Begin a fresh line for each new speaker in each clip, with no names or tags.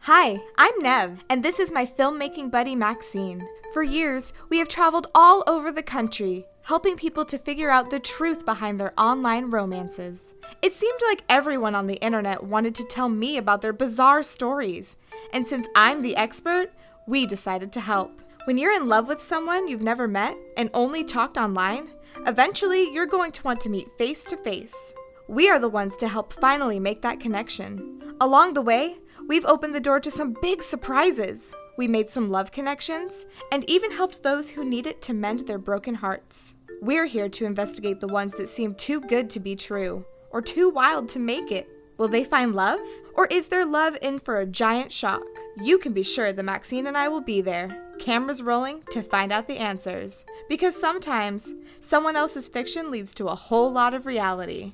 Hi, I'm Nev, and this is my filmmaking buddy Maxine. For years, we have traveled all over the country, helping people to figure out the truth behind their online romances. It seemed like everyone on the internet wanted to tell me about their bizarre stories, and since I'm the expert, we decided to help. When you're in love with someone you've never met and only talked online, eventually you're going to want to meet face to face. We are the ones to help finally make that connection. Along the way, we've opened the door to some big surprises. We made some love connections and even helped those who need it to mend their broken hearts. We're here to investigate the ones that seem too good to be true or too wild to make it. Will they find love? Or is their love in for a giant shock? You can be sure that Maxine and I will be there, cameras rolling to find out the answers. Because sometimes, someone else's fiction leads to a whole lot of reality.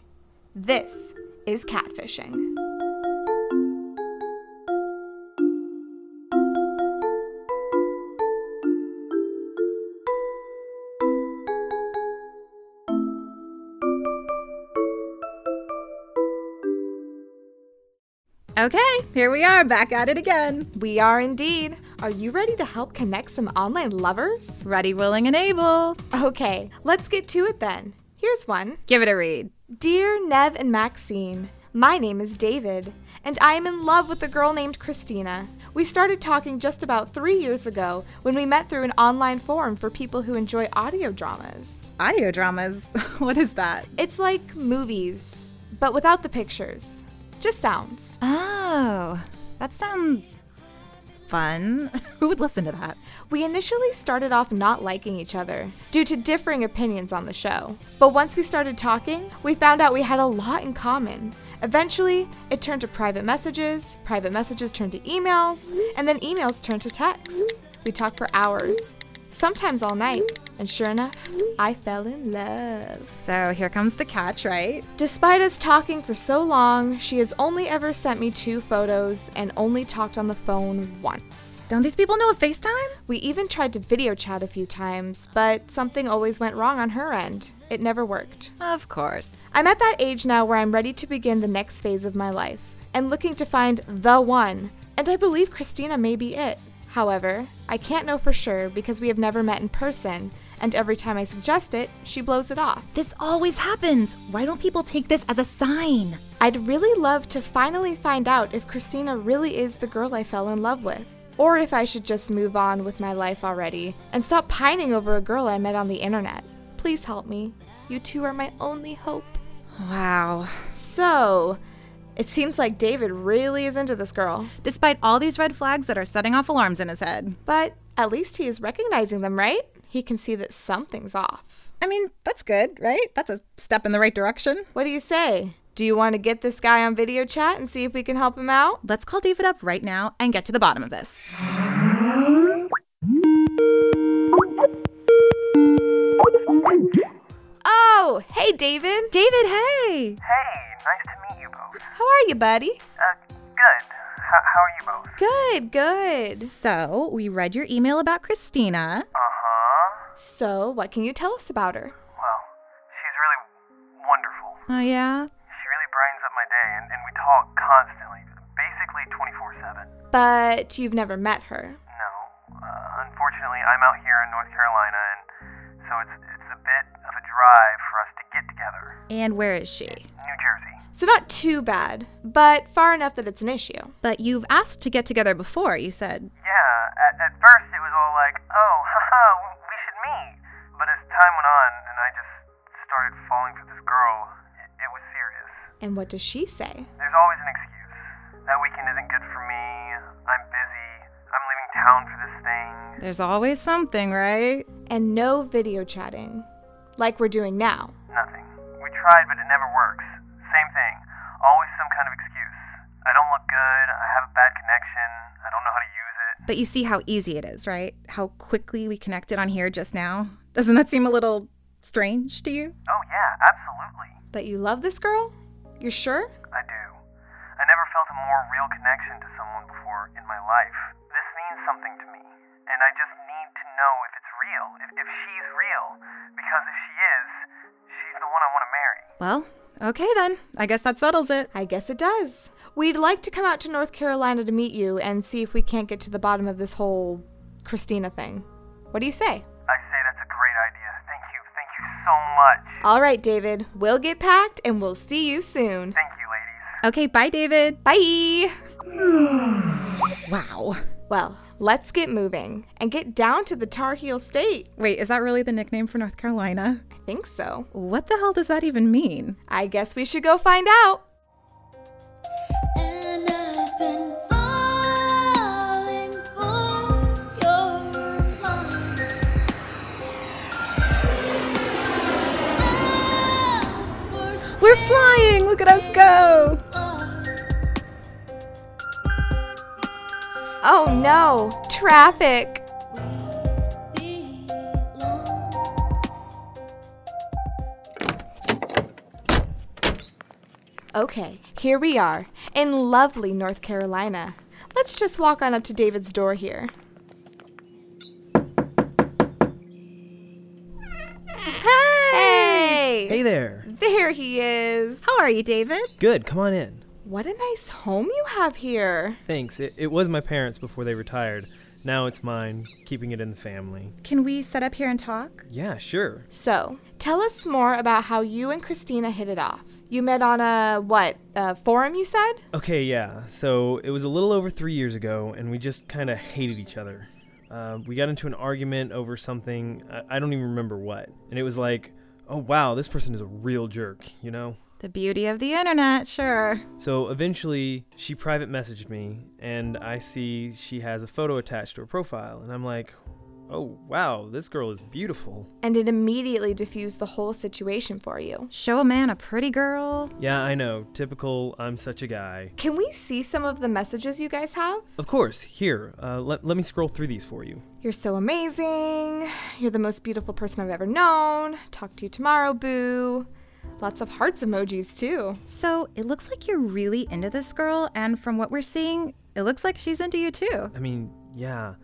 This is catfishing.
Okay, here we are, back at it again.
We are indeed. Are you ready to help connect some online lovers?
Ready, willing, and able.
Okay, let's get to it then. Here's one
Give it a read.
Dear Nev and Maxine, my name is David, and I am in love with a girl named Christina. We started talking just about three years ago when we met through an online forum for people who enjoy audio dramas.
Audio dramas. what is that?
It's like movies, but without the pictures, just sounds.
Oh, that sounds fun. Who would listen to that?
We initially started off not liking each other due to differing opinions on the show. But once we started talking, we found out we had a lot in common. Eventually, it turned to private messages, private messages turned to emails, and then emails turned to text. We talked for hours, sometimes all night, and sure enough, I fell in love.
So here comes the catch, right?
Despite us talking for so long, she has only ever sent me two photos and only talked on the phone once.
Don't these people know of FaceTime?
We even tried to video chat a few times, but something always went wrong on her end. It never worked.
Of course.
I'm at that age now where I'm ready to begin the next phase of my life and looking to find the one, and I believe Christina may be it. However, I can't know for sure because we have never met in person, and every time I suggest it, she blows it off.
This always happens. Why don't people take this as a sign?
I'd really love to finally find out if Christina really is the girl I fell in love with, or if I should just move on with my life already and stop pining over a girl I met on the internet. Please help me. You two are my only hope.
Wow.
So, it seems like David really is into this girl,
Despite all these red flags that are setting off alarms in his head.
but at least he is recognizing them, right? He can see that something's off.
I mean, that's good, right? That's a step in the right direction.
What do you say? Do you want to get this guy on video chat and see if we can help him out?
Let's call David up right now and get to the bottom of this.
Oh, hey, David.
David, hey!
Hey, nice to meet you both.
How are you, buddy?
Uh, good. H- how are you both?
Good, good.
So, we read your email about Christina.
Uh huh.
So, what can you tell us about her?
Well, she's really wonderful.
Oh, yeah?
She really brightens up my day, and, and we talk constantly, basically 24 7.
But you've never met her.
No, uh, unfortunately, I'm out here in North Carolina, and so it's, it's a bit of a drive for us to get together.
And where is she?
New Jersey.
So, not too bad, but far enough that it's an issue.
But you've asked to get together before, you said.
Yeah, at, at first it was all like, oh, haha, we- we should meet. But as time went on, and I just started falling for this girl, it, it was serious.
And what does she say?
There's always an excuse. That weekend isn't good for me. I'm busy. I'm leaving town for this thing.
There's always something, right?
And no video chatting, like we're doing now.
Nothing. We tried, but it never works. Same thing. Always some kind of excuse. I don't look good. I have a bad connection. I don't know how to use it.
But you see how easy it is, right? How quickly we connected on here just now. Doesn't that seem a little strange to you?
Oh, yeah, absolutely.
But you love this girl? You're sure?
I do. I never felt a more real connection to someone before in my life. This means something to me, and I just need to know if it's real, if, if she's real, because if she is, she's the one I want to marry.
Well, Okay, then. I guess that settles it.
I guess it does. We'd like to come out to North Carolina to meet you and see if we can't get to the bottom of this whole Christina thing. What do you say?
I say that's a great idea. Thank you. Thank you so much.
All right, David, we'll get packed and we'll see you soon.
Thank you, ladies.
Okay, bye, David.
Bye!
Wow.
Well, let's get moving and get down to the Tar Heel State.
Wait, is that really the nickname for North Carolina?
I think so.
What the hell does that even mean?
I guess we should go find out.
And I've been falling for your lies. We've
We're flying! Look at us go!
Oh no, traffic! Okay, here we are in lovely North Carolina. Let's just walk on up to David's door here. Hey!
Hey there.
There he is.
How are you, David?
Good, come on in.
What a nice home you have here.
Thanks. It, it was my parents before they retired. Now it's mine, keeping it in the family.
Can we set up here and talk?
Yeah, sure.
So, tell us more about how you and Christina hit it off. You met on a what? A forum you said?
Okay, yeah. So it was a little over three years ago, and we just kind of hated each other. Uh, we got into an argument over something, I, I don't even remember what. And it was like, oh wow, this person is a real jerk, you know?
The beauty of the internet, sure.
So eventually, she private messaged me, and I see she has a photo attached to her profile, and I'm like, oh wow, this girl is beautiful.
And it immediately diffused the whole situation for you.
Show a man a pretty girl.
Yeah, I know. Typical, I'm such a guy.
Can we see some of the messages you guys have?
Of course, here, uh, let, let me scroll through these for you.
You're so amazing. You're the most beautiful person I've ever known. Talk to you tomorrow, boo. Lots of hearts emojis, too.
So it looks like you're really into this girl, and from what we're seeing, it looks like she's into you too.
I mean, yeah,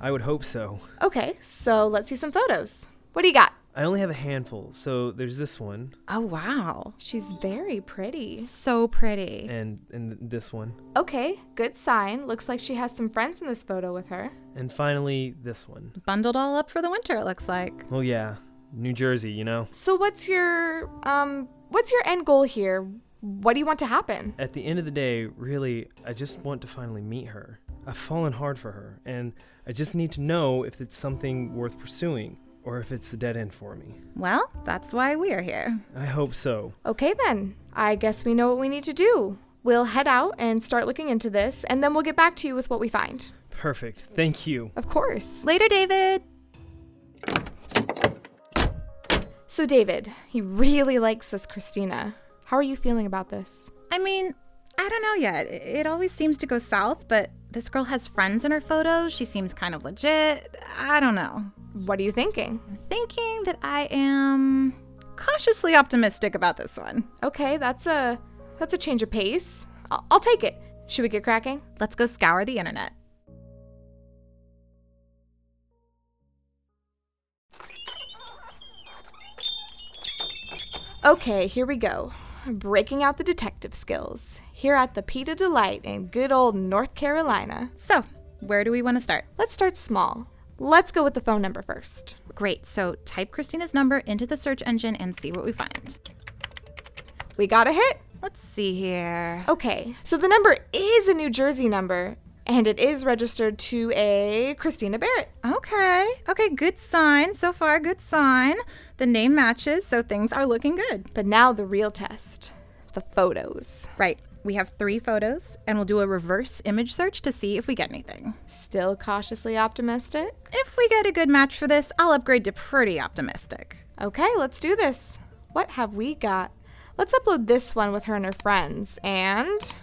I would hope so.
Okay, so let's see some photos. What do you got?
I only have a handful, so there's this one,
Oh, wow.
She's very pretty.
So pretty.
and, and this one,
Okay, good sign. Looks like she has some friends in this photo with her.
and finally this one.
Bundled all up for the winter, it looks like.
Well, yeah, New Jersey, you know?
So what's your um what's your end goal here? What do you want to happen?
At the end of the day, really, I just want to finally meet her. I've fallen hard for her, and I just need to know if it's something worth pursuing, or if it's a dead end for me.
Well, that's why we are here.
I hope so.
Okay then. I guess we know what we need to do. We'll head out and start looking into this and then we'll get back to you with what we find.
Perfect. Thank you.
Of course.
Later, David.
So David, he really likes this Christina. How are you feeling about this?
I mean, I don't know yet. It it always seems to go south, but this girl has friends in her photos. She seems kind of legit. I don't know.
What are you thinking?
I'm thinking that I am cautiously optimistic about this one.
Okay, that's a that's a change of pace. I'll, I'll take it. Should we get cracking?
Let's go scour the internet.
Okay, here we go. Breaking out the detective skills here at the Pita Delight in good old North Carolina.
So, where do we want to start?
Let's start small. Let's go with the phone number first.
Great. So, type Christina's number into the search engine and see what we find.
We got a hit.
Let's see here.
Okay, so the number is a New Jersey number and it is registered to a Christina Barrett.
Okay. Okay, good sign. So far, good sign. The name matches, so things are looking good.
But now the real test the photos.
Right. We have three photos, and we'll do a reverse image search to see if we get anything.
Still cautiously optimistic?
If we get a good match for this, I'll upgrade to pretty optimistic.
Okay, let's do this. What have we got? Let's upload this one with her and her friends and.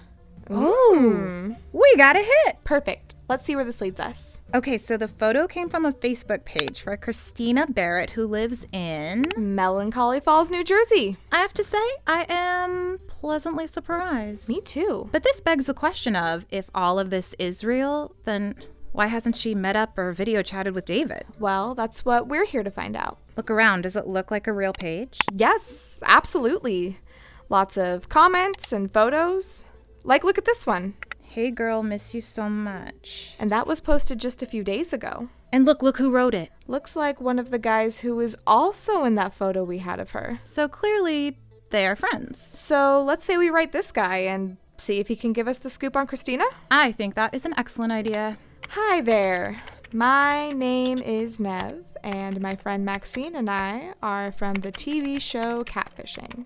Hmm,
Ooh. We got a hit.
Perfect. Let's see where this leads us.
Okay, so the photo came from a Facebook page for Christina Barrett, who lives in.
Melancholy Falls, New Jersey.
I have to say, I am pleasantly surprised.
Me too.
But this begs the question of if all of this is real, then why hasn't she met up or video chatted with David?
Well, that's what we're here to find out.
Look around. Does it look like a real page?
Yes, absolutely. Lots of comments and photos. Like, look at this one.
Hey girl, miss you so much.
And that was posted just a few days ago.
And look, look who wrote it.
Looks like one of the guys who is also in that photo we had of her.
So clearly they are friends.
So let's say we write this guy and see if he can give us the scoop on Christina.
I think that is an excellent idea.
Hi there. My name is Nev, and my friend Maxine and I are from the TV show Catfishing.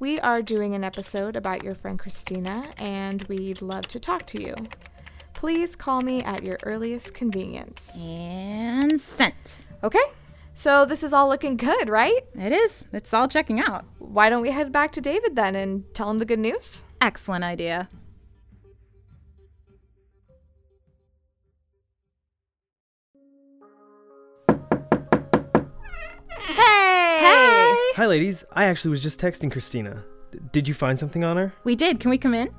We are doing an episode about your friend Christina, and we'd love to talk to you. Please call me at your earliest convenience.
And sent.
Okay, so this is all looking good, right?
It is. It's all checking out.
Why don't we head back to David then and tell him the good news?
Excellent idea.
Hey!
Hey!
Hi, ladies. I actually was just texting Christina. D- did you find something on her?
We did. Can we come in?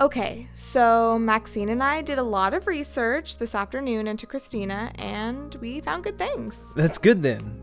Okay, so Maxine and I did a lot of research this afternoon into Christina, and we found good things.
That's good then,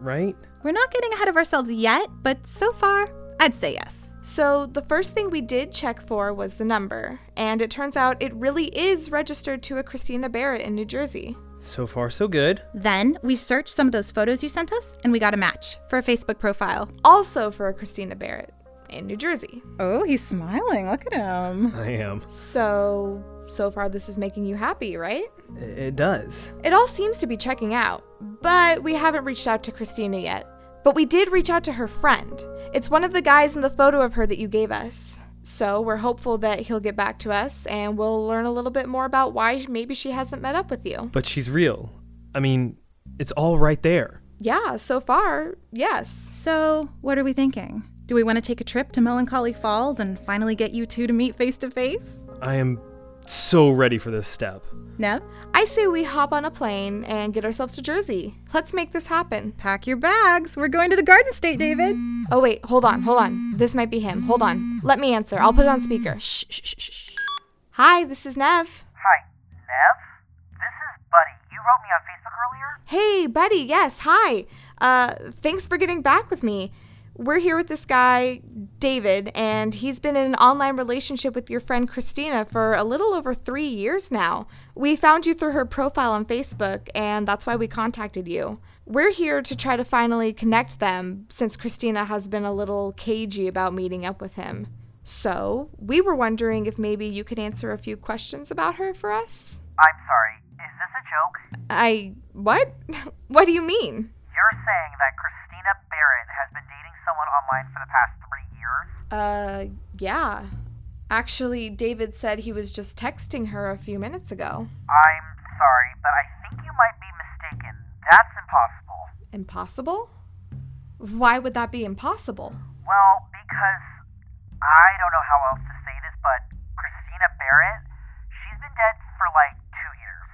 right?
We're not getting ahead of ourselves yet, but so far, I'd say yes.
So, the first thing we did check for was the number, and it turns out it really is registered to a Christina Barrett in New Jersey.
So far, so good.
Then we searched some of those photos you sent us and we got a match for a Facebook profile.
Also, for a Christina Barrett in New Jersey.
Oh, he's smiling. Look at him.
I am.
So, so far, this is making you happy, right?
I- It does.
It all seems to be checking out, but we haven't reached out to Christina yet. But we did reach out to her friend. It's one of the guys in the photo of her that you gave us. So we're hopeful that he'll get back to us and we'll learn a little bit more about why maybe she hasn't met up with you.
But she's real. I mean, it's all right there.
Yeah, so far, yes.
So, what are we thinking? Do we want to take a trip to Melancholy Falls and finally get you two to meet face to face?
I am so ready for this step.
Nev,
I say we hop on a plane and get ourselves to Jersey. Let's make this happen.
pack your bags. We're going to the Garden State, David.
Oh, wait, hold on, hold on. This might be him. Hold on. Let me answer. I'll put it on speaker. Shh, shh, shh, shh. Hi, this is Nev.
Hi, Nev? This is Buddy. You wrote me on Facebook earlier?
Hey, buddy. Yes. Hi. Uh, thanks for getting back with me. We're here with this guy, David, and he's been in an online relationship with your friend Christina for a little over three years now. We found you through her profile on Facebook, and that's why we contacted you. We're here to try to finally connect them since Christina has been a little cagey about meeting up with him. So, we were wondering if maybe you could answer a few questions about her for us?
I'm sorry, is this a joke?
I. What? what do you mean?
You're saying that Christina Barrett has been dating someone online for the past three years?
Uh, yeah. Actually, David said he was just texting her a few minutes ago.
I'm sorry, but I think you might be mistaken. That's impossible.
Impossible? Why would that be impossible?
Well, because I don't know how else to say this, but Christina Barrett, she's been dead for like two years.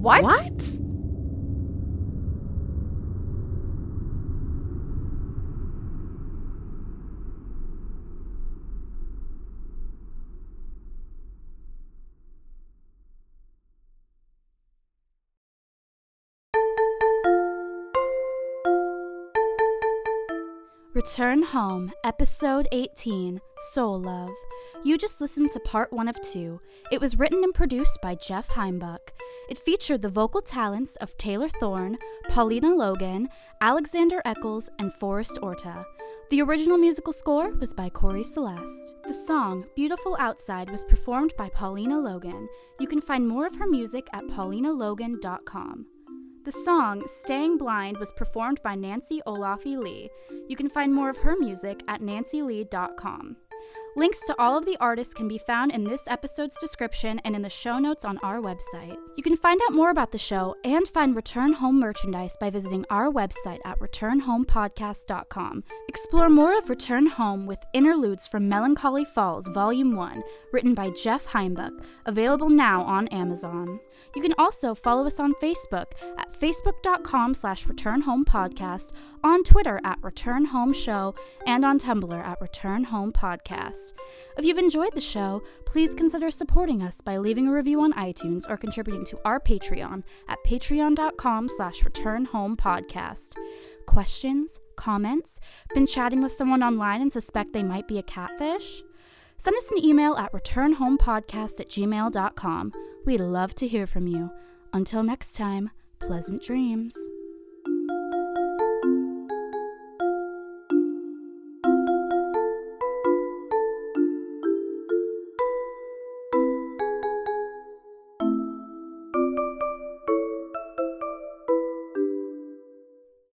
What?
Return Home, Episode 18 Soul Love. You just listened to part one of two. It was written and produced by Jeff Heimbuck. It featured the vocal talents of Taylor Thorne, Paulina Logan, Alexander Eccles, and Forrest Orta. The original musical score was by Corey Celeste. The song Beautiful Outside was performed by Paulina Logan. You can find more of her music at paulinalogan.com. The song Staying Blind was performed by Nancy Olafi Lee. You can find more of her music at nancylee.com. Links to all of the artists can be found in this episode's description and in the show notes on our website. You can find out more about the show and find Return Home merchandise by visiting our website at returnhomepodcast.com. Explore more of Return Home with interludes from Melancholy Falls Volume 1, written by Jeff Heimbuck, available now on Amazon. You can also follow us on Facebook at facebook.com slash Return Home Podcast, on Twitter at Return Home Show, and on Tumblr at Return Home Podcast. If you've enjoyed the show, please consider supporting us by leaving a review on iTunes or contributing to our Patreon at patreon.com slash Return Home Podcast. questions, comments, been chatting with someone online and suspect they might be a catfish? Send us an email at returnhomepodcast at gmail.com. We'd love to hear from you. Until next time, pleasant dreams.